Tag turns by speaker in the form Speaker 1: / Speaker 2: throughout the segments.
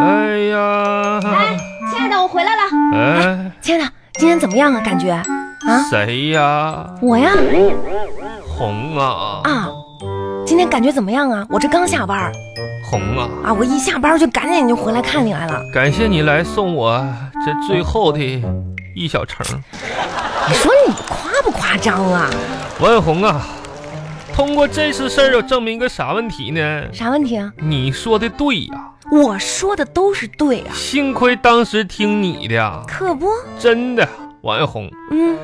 Speaker 1: 哎呀，
Speaker 2: 亲爱的，我回来了。
Speaker 1: 哎，
Speaker 3: 亲爱的，今天怎么样啊？感觉啊，
Speaker 1: 谁呀？
Speaker 3: 我呀
Speaker 1: 红啊，
Speaker 3: 啊，今天感觉怎么样啊？我这刚下班儿
Speaker 1: 红啊！
Speaker 3: 啊，我一下班儿就赶紧就回来看你来了。
Speaker 1: 感谢你来送我这最后的一小程。
Speaker 3: 你说你夸不夸张啊？
Speaker 1: 王小红啊，通过这次事儿要证明个啥问题呢？
Speaker 3: 啥问题啊？
Speaker 1: 你说的对呀、
Speaker 3: 我说的都是对啊，
Speaker 1: 幸亏当时听你的呀，
Speaker 3: 可不，
Speaker 1: 真的。王小红，
Speaker 3: 嗯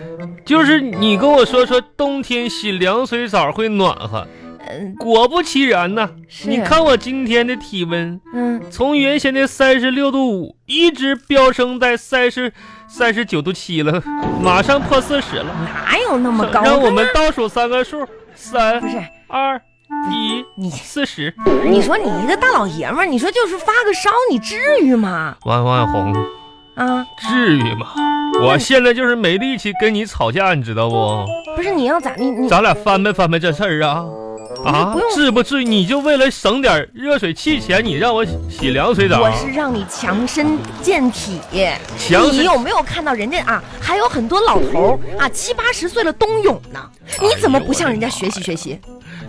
Speaker 1: 就是你跟我说说冬天洗凉水澡会暖和，
Speaker 2: 呃
Speaker 3: 嗯
Speaker 1: 果不其然呐、
Speaker 3: 是
Speaker 1: 你看我今天的体温，
Speaker 3: 嗯，
Speaker 1: 从原先的三十六度五一直飙升在三十三十九度七了，马上破四十了。
Speaker 3: 哪有那么高？
Speaker 1: 让我们倒数三个数：三
Speaker 3: 不、是
Speaker 1: 二、一，
Speaker 3: 你，
Speaker 1: 四十。
Speaker 3: 你说你一个大老爷们儿，你说就是发个烧，你至于吗？
Speaker 1: 王王小红，
Speaker 3: 啊，
Speaker 1: 至于吗？
Speaker 3: 嗯
Speaker 1: 我现在就是没力气跟你吵架，你知道不？
Speaker 3: 不是你要咋你你
Speaker 1: 咱俩翻呗翻呗这事儿啊啊
Speaker 3: 不用！
Speaker 1: 至不至于，你就为了省点热水器钱，你让我洗凉水啊澡
Speaker 3: 我？是让你强身健体。
Speaker 1: 强
Speaker 3: 你
Speaker 1: 身
Speaker 3: 有没有看到人家啊？还有很多老头儿啊，七八十岁了冬泳呢，你怎么不向人家学习学习？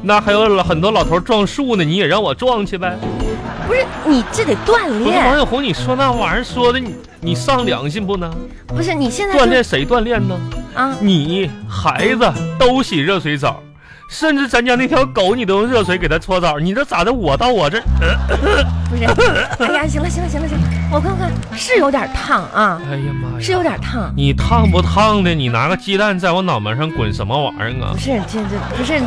Speaker 1: 那还有老很多老头撞树呢，你也让我撞去呗？
Speaker 3: 不是你这得锻
Speaker 1: 不是王
Speaker 3: 炼，
Speaker 1: 小红，你说那玩意儿说的你你上良心不呢？
Speaker 3: 不是你现在
Speaker 1: 锻
Speaker 3: 就
Speaker 1: 炼谁锻炼呢？
Speaker 3: 啊？
Speaker 1: 你孩子都洗热水澡，甚至咱家那条狗你都用热水给它搓澡，你这咋的？我到我这儿
Speaker 3: 不是，哎呀，行了行了行了行了，我看看是有点烫啊，
Speaker 1: 哎呀妈呀，
Speaker 3: 是有点烫。
Speaker 1: 你烫不烫的？你拿个鸡蛋在我脑门上滚什么玩意儿啊
Speaker 3: 不？是这这不是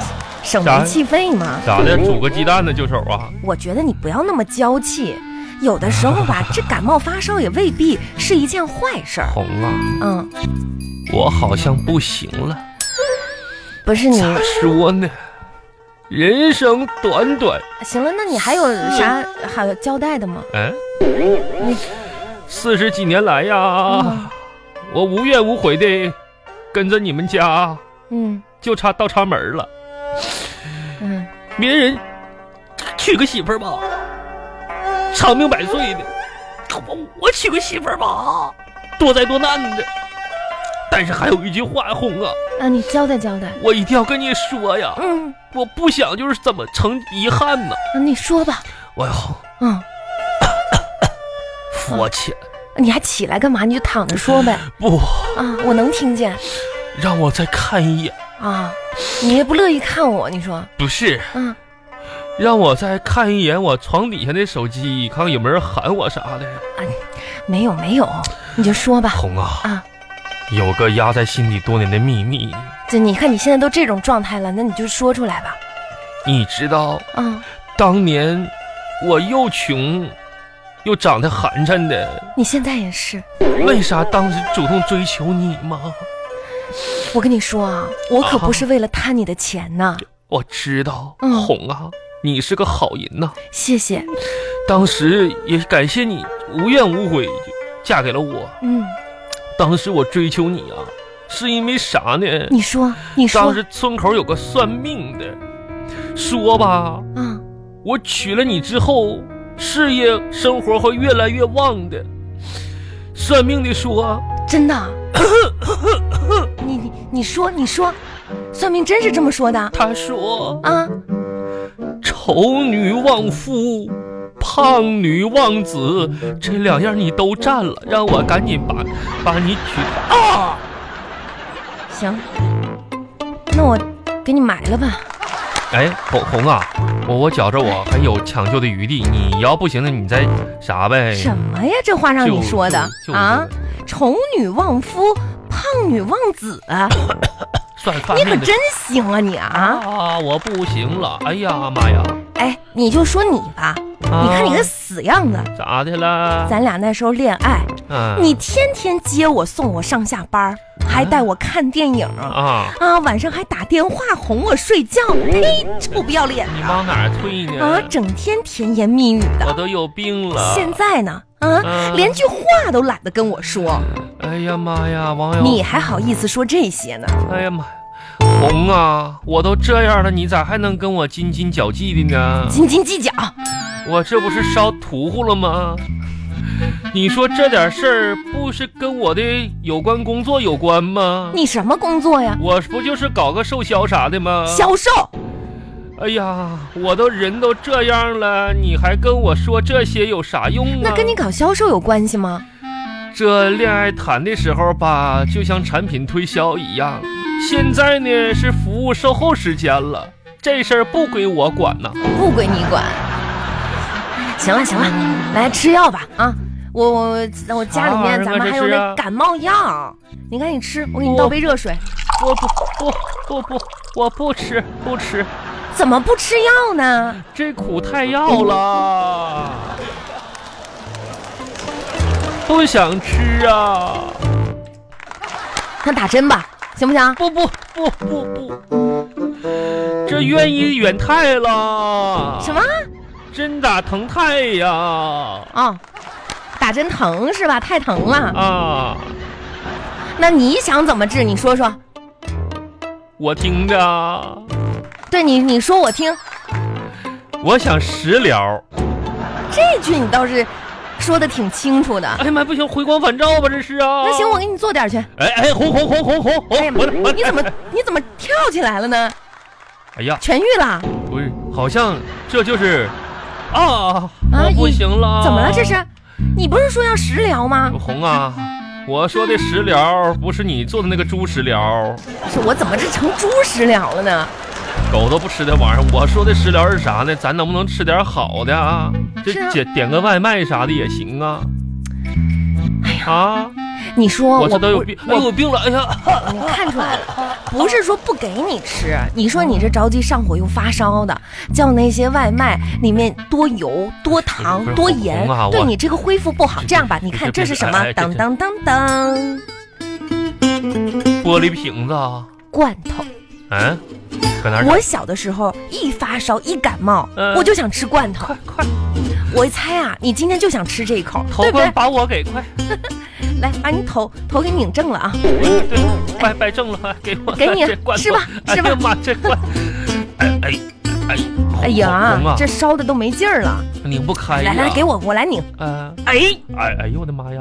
Speaker 3: 省
Speaker 1: 啥
Speaker 3: 煤气费吗？
Speaker 1: 咋的？煮个鸡蛋的就手啊？
Speaker 3: 我觉得你不要那么娇气，有的时候吧，这感冒发烧也未必是一件坏事儿。
Speaker 1: 红啊，
Speaker 3: 嗯，
Speaker 1: 我好像不行了。
Speaker 3: 不是你
Speaker 1: 咋说呢？人生短短，
Speaker 3: 行了，那你还有啥还有交代的吗？
Speaker 1: 嗯
Speaker 3: 你，
Speaker 1: 四十几年来呀，我无怨无悔的跟着你们家，
Speaker 3: 嗯
Speaker 1: 就差倒插门了。
Speaker 3: 嗯，
Speaker 1: 别人娶个媳妇儿吧，长命百岁的；我我娶个媳妇儿吧，多灾多难的。但是还有一句话，红啊，
Speaker 3: 啊，你交代交代。
Speaker 1: 我一定要跟你说呀，
Speaker 3: 嗯，
Speaker 1: 我不想就是怎么成遗憾呢。哎
Speaker 3: 啊你说吧。
Speaker 1: 我要
Speaker 3: 嗯，
Speaker 1: 佛前
Speaker 3: 你还起来干嘛？你就躺着说呗。
Speaker 1: 不
Speaker 3: 啊，我能听见。
Speaker 1: 让我再看一眼，
Speaker 3: 啊，你也不乐意看我，你说。
Speaker 1: 不是
Speaker 3: 嗯，
Speaker 1: 让我再看一眼我床底下那手机，看看有没有人喊我啥的。
Speaker 3: 没有没有，你就说吧。
Speaker 1: 红啊，
Speaker 3: 啊，
Speaker 1: 有个压在心底多年的秘密，
Speaker 3: 这你看你现在都这种状态了，那你就说出来吧。
Speaker 1: 你知道
Speaker 3: 嗯，
Speaker 1: 当年我又穷又长得寒碜的，
Speaker 3: 你现在也是。
Speaker 1: 为啥当时主动追求你吗？
Speaker 3: 我跟你说啊，我可不是为了贪你的钱呢。
Speaker 1: 我知道，
Speaker 3: 嗯
Speaker 1: 红啊，你是个好人呐、
Speaker 3: 谢谢。
Speaker 1: 当时也感谢你无怨无悔嫁给了我。
Speaker 3: 嗯，
Speaker 1: 当时我追求你啊，是因为啥呢？
Speaker 3: 你说，你说
Speaker 1: 当。时村口有个算命的，说吧，
Speaker 3: 啊，
Speaker 1: 我娶了你之后，事业生活会越来越旺的。算命的说。
Speaker 3: 真的。你你你说你说，算命真是这么说的
Speaker 1: 他说
Speaker 3: 啊？：“
Speaker 1: 丑女旺夫，胖女旺子，这两样你都占了，让我赶紧把把你娶啊！
Speaker 3: 行，那我给你埋了吧。
Speaker 1: 哎，红红啊，我我觉着我还有抢救的余地，你要不行了，你再啥呗？
Speaker 3: 什么呀？这话让
Speaker 1: 哎就
Speaker 3: 你说的
Speaker 1: 就
Speaker 3: 啊？
Speaker 1: 就是
Speaker 3: 丑女旺夫，胖女旺 子，
Speaker 1: 算算
Speaker 3: 你
Speaker 1: 命
Speaker 3: 可
Speaker 1: 的
Speaker 3: 真行啊你啊！
Speaker 1: 啊，我不行了，哎呀妈呀，
Speaker 3: 哎，你就说你吧，
Speaker 1: 啊
Speaker 3: 你看你个死样子。
Speaker 1: 咋的了？
Speaker 3: 咱俩那时候恋爱，
Speaker 1: 嗯
Speaker 3: 你天天接我送我上下班儿，还带我看电影
Speaker 1: 啊，
Speaker 3: 啊，晚上还打电话哄我睡觉，呸，臭不要脸
Speaker 1: 你往哪儿退
Speaker 3: 啊，
Speaker 1: 呢？
Speaker 3: 整天甜言蜜语
Speaker 1: 我
Speaker 3: 的。
Speaker 1: 都有病了。
Speaker 3: 现在呢，啊，
Speaker 1: 嗯
Speaker 3: 连句话都懒得跟我说，
Speaker 1: 哎呀妈呀，网友
Speaker 3: 你还好意思说这些呢？
Speaker 1: 哎呀妈呀，红啊，我都这样了，你咋还能跟我斤斤较计的呢？
Speaker 3: 斤斤计较。
Speaker 1: 我这不是烧糊糊了吗？ 你说这点事儿不是跟我的有关工作有关吗？
Speaker 3: 你什么工作呀？
Speaker 1: 我不就是搞个售销啥的吗？
Speaker 3: 销售，
Speaker 1: 哎呀，我都人都这样了，你还跟我说这些有啥用啊？
Speaker 3: 那跟你搞销售有关系吗？
Speaker 1: 这恋爱谈的时候吧，就像产品推销一样，现在呢是服务售后时间了，这事儿不归我管呐。
Speaker 3: 不归你管。行了行了，来吃药吧啊！我我我家里面
Speaker 1: 啥玩意儿啊
Speaker 3: 咱们还有
Speaker 1: 这是
Speaker 3: 那
Speaker 1: 啊
Speaker 3: 感冒药，你赶紧吃，我给你
Speaker 1: 我
Speaker 3: 倒杯热水。
Speaker 1: 我不不不不，我不吃不吃，
Speaker 3: 怎么不吃药呢？
Speaker 1: 这苦太要了，不想吃啊！
Speaker 3: 那打针吧，行不行？
Speaker 1: 不不不不不，这愿意远太了，
Speaker 3: 什么？
Speaker 1: 针打疼太呀
Speaker 3: 哦，打针疼是吧？太疼了。
Speaker 1: 啊！
Speaker 3: 那你想怎么治？你说说。
Speaker 1: 我听着啊，
Speaker 3: 对你，你说我听。
Speaker 1: 我想食疗。
Speaker 3: 这句你倒是说的挺清楚的。
Speaker 1: 哎呀妈，不行，回光返照吧，这是啊。
Speaker 3: 那行，我给你做点去。
Speaker 1: 哎哎，红红红红红红，
Speaker 3: 哎呀妈
Speaker 1: 我的我，的
Speaker 3: 你 怎么你怎么跳起来了呢？
Speaker 1: 哎呀，
Speaker 3: 痊愈了？
Speaker 1: 不是，好像这就是啊，我不
Speaker 3: 你
Speaker 1: 行了。
Speaker 3: 怎么了？这是？你不是说要食疗吗？
Speaker 1: 红啊！我说的食疗不是你做的那个猪食疗，
Speaker 3: 是我怎么这成猪食疗了呢？
Speaker 1: 狗都不吃那玩意儿。我说的食疗是啥呢？咱能不能吃点好的啊？这
Speaker 3: 是啊
Speaker 1: 点点个外卖啥的也行啊。哎呀啊！
Speaker 3: 你说
Speaker 1: 我
Speaker 3: 我
Speaker 1: 这都有
Speaker 3: 不
Speaker 1: 病，哎
Speaker 3: 我
Speaker 1: 呦有病了！哎呀，
Speaker 3: 你看出来了，不是说不给你吃，你说你这着急上火又发烧的，叫那些外卖里面多油、多糖
Speaker 1: 不是、
Speaker 3: 多盐
Speaker 1: 红啊，
Speaker 3: 对
Speaker 1: 我
Speaker 3: 你这个恢复不好。
Speaker 1: 这
Speaker 3: 这样吧，
Speaker 1: 这
Speaker 3: 你看
Speaker 1: 这
Speaker 3: 这是什么
Speaker 1: 哎哎？这
Speaker 3: 当
Speaker 1: 这
Speaker 3: 当当当，
Speaker 1: 玻璃瓶子，啊，
Speaker 3: 罐头。
Speaker 1: 嗯，搁哪儿找？
Speaker 3: 我小的时候一发烧一感冒，
Speaker 1: 嗯
Speaker 3: 我就想吃罐头。
Speaker 1: 快，
Speaker 3: 我猜啊，你今天就想吃这一口，
Speaker 1: 头
Speaker 3: 对不对
Speaker 1: 冠？把我给快，
Speaker 3: 来，把你头头给拧正了啊！
Speaker 1: 哦对，掰掰正了，给我
Speaker 3: 给你
Speaker 1: 这罐头
Speaker 3: 吃吧
Speaker 1: 哎
Speaker 3: 吃吧
Speaker 1: 呀妈，这罐，哎哎哎，
Speaker 3: 哎
Speaker 1: 好红
Speaker 3: 呀
Speaker 1: 啊，
Speaker 3: 这烧的都没劲儿了。
Speaker 1: 拧不开呀，
Speaker 3: 来来，给我，我来拧。
Speaker 1: 嗯，
Speaker 3: 哎，
Speaker 1: 哎哎呦我的妈呀！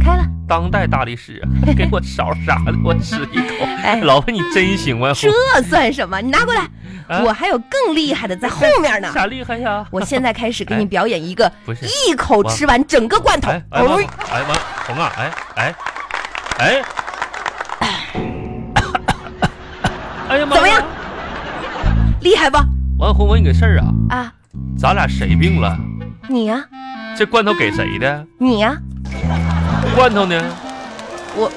Speaker 3: 开了。
Speaker 1: 当代大力士，给我勺啥的，我吃一口。
Speaker 3: 哎，
Speaker 1: 老婆，你真行啊！
Speaker 3: 这算什么？你拿过来，
Speaker 1: 啊
Speaker 3: 我还有更厉害的在后面呢。
Speaker 1: 啥厉害呀？
Speaker 3: 我现在开始给你
Speaker 1: 哎
Speaker 3: 表演一个
Speaker 1: 不是，
Speaker 3: 一口吃完整个罐头
Speaker 1: 哎。哎
Speaker 3: 哦
Speaker 1: 完，哎完，红啊，哎哎哎， 哎呀妈！
Speaker 3: 怎么样？厉害不？
Speaker 1: 完红，我问你个事儿啊，
Speaker 3: 啊，
Speaker 1: 咱俩谁病了？
Speaker 3: 你呀，
Speaker 1: 这罐头给谁的？
Speaker 3: 你呀，
Speaker 1: 罐头呢？
Speaker 3: 我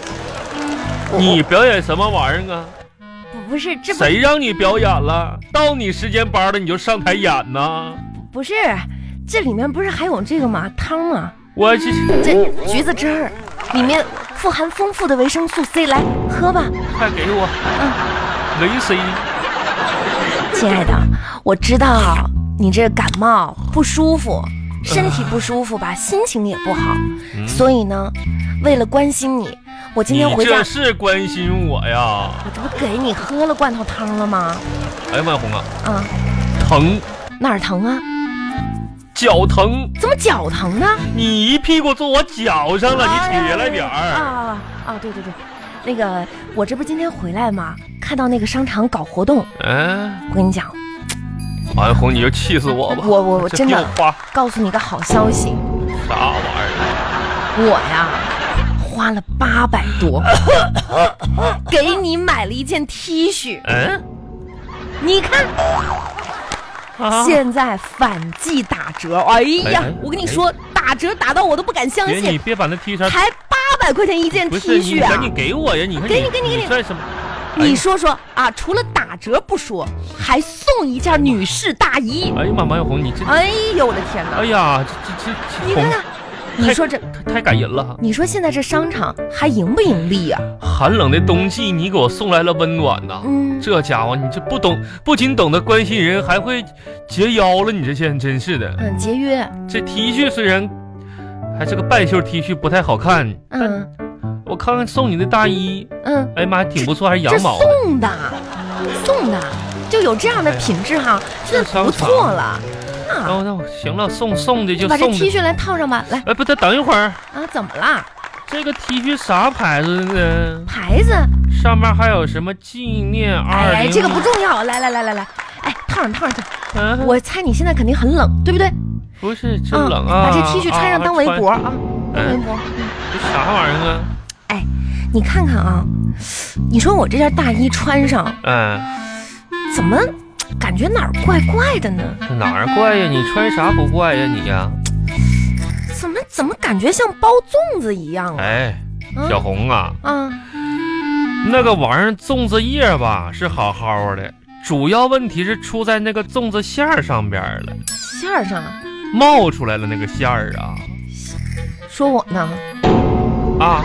Speaker 1: 你表演什么玩意儿啊？
Speaker 3: 我不是这不
Speaker 1: 谁让你表演了？到你时间班了，你就上台演呐！
Speaker 3: 不是这里面不是还有这个吗？汤吗？
Speaker 1: 我这
Speaker 3: 这橘子汁儿里面富含丰富的维生素 C，来喝吧，
Speaker 1: 快给我，
Speaker 3: 嗯
Speaker 1: 维 C
Speaker 3: 亲爱的。我知道你这感冒不舒服，身体不舒服吧，心情也不好，
Speaker 1: 嗯
Speaker 3: 所以呢，为了关心你，我今天
Speaker 1: 你
Speaker 3: 回家
Speaker 1: 这，是关心我呀？
Speaker 3: 我这不给你喝了罐头汤了吗？
Speaker 1: 哎呀妈呀，红啊，
Speaker 3: 啊，
Speaker 1: 疼，
Speaker 3: 哪儿疼啊？
Speaker 1: 脚疼，
Speaker 3: 怎么脚疼呢？
Speaker 1: 你一屁股坐我脚上了，你起来点儿。
Speaker 3: 哎啊啊！对对对，那个我这不今天回来吗？看到那个商场搞活动，
Speaker 1: 嗯，
Speaker 3: 我跟你讲，
Speaker 1: 完了红你就气死我吧！
Speaker 3: 我我我
Speaker 1: 这
Speaker 3: 真的
Speaker 1: 订花
Speaker 3: 告诉你个好消息，
Speaker 1: 啥玩意
Speaker 3: 我呀，花了八百多， 给你买了一件 T 恤
Speaker 1: 儿？。嗯，
Speaker 3: 你看，
Speaker 1: 啊
Speaker 3: 现在反季打折，哎呀
Speaker 1: 哎哎，
Speaker 3: 我跟你说，打折打到我都不敢相
Speaker 1: 别你
Speaker 3: 信，
Speaker 1: 别把那 T 恤，
Speaker 3: 才八百块钱一件
Speaker 1: 不
Speaker 3: T
Speaker 1: 是你
Speaker 3: 恤啊
Speaker 1: 赶！紧哎给我呀！你看
Speaker 3: 给你给你给你
Speaker 1: 算什么？
Speaker 3: 你说说啊，除了打折不说，还送一件女士大衣。
Speaker 1: 哎呀妈，王小红你这，
Speaker 3: 哎呦我的天哪
Speaker 1: 哎！呀，这这这
Speaker 3: 你
Speaker 1: 这
Speaker 3: 看
Speaker 1: 哎红
Speaker 3: 看，你说这，
Speaker 1: 太太感人了。
Speaker 3: 你说现在这商场还盈不盈利啊呀、
Speaker 1: 寒冷的冬季，你给我送来了温暖呐。
Speaker 3: 嗯，
Speaker 1: 这家伙，你这不懂，不仅懂得关心人，还会结腰了。你这现在真是的，
Speaker 3: 嗯，节约，
Speaker 1: 这 T 恤虽然还是个半袖 T 恤，不太好看。
Speaker 3: 嗯
Speaker 1: 我看看送你的大衣，
Speaker 3: 嗯。
Speaker 1: 哎呀妈，还挺不错，还是
Speaker 3: 这
Speaker 1: 羊毛啊哎的。
Speaker 3: 送的，送的就有这样的品质哈，真的不错了。啊，
Speaker 1: 然
Speaker 3: 了，
Speaker 1: 哦后那我行了，送送的
Speaker 3: 你
Speaker 1: 就
Speaker 3: 把这
Speaker 1: 送
Speaker 3: T
Speaker 1: 的。
Speaker 3: 恤来套上吧。来
Speaker 1: 哎，不对，等一会儿，
Speaker 3: 啊，怎么啦？
Speaker 1: 这个 T 恤啥牌子的呢？
Speaker 3: 牌子？
Speaker 1: 上面还有什么纪念二
Speaker 3: 哎，
Speaker 1: 零？
Speaker 3: 这个不重要。来来来来来，哎，套上套上去。
Speaker 1: 啊
Speaker 3: 我猜你现在肯定很冷，对不对？
Speaker 1: 不是真
Speaker 3: 嗯，
Speaker 1: 冷啊！
Speaker 3: 把这 T 恤穿上当围脖啊，当围
Speaker 1: 嗯，
Speaker 3: 脖。
Speaker 1: 这啥玩意儿啊？
Speaker 3: 你看看啊，你说我这件大衣穿上，
Speaker 1: 嗯，
Speaker 3: 怎么感觉哪儿怪怪的呢？
Speaker 1: 这哪儿怪呀？你穿啥不怪呀你呀？
Speaker 3: 怎么怎么感觉像包粽子一样啊？
Speaker 1: 哎，
Speaker 3: 嗯
Speaker 1: 小红啊，
Speaker 3: 啊，
Speaker 1: 那个玩意儿粽子叶吧是好好的，主要问题是出在那个粽子馅儿上边儿了，
Speaker 3: 馅儿上
Speaker 1: 冒出来了那个馅儿啊
Speaker 3: 说我呢，
Speaker 1: 啊！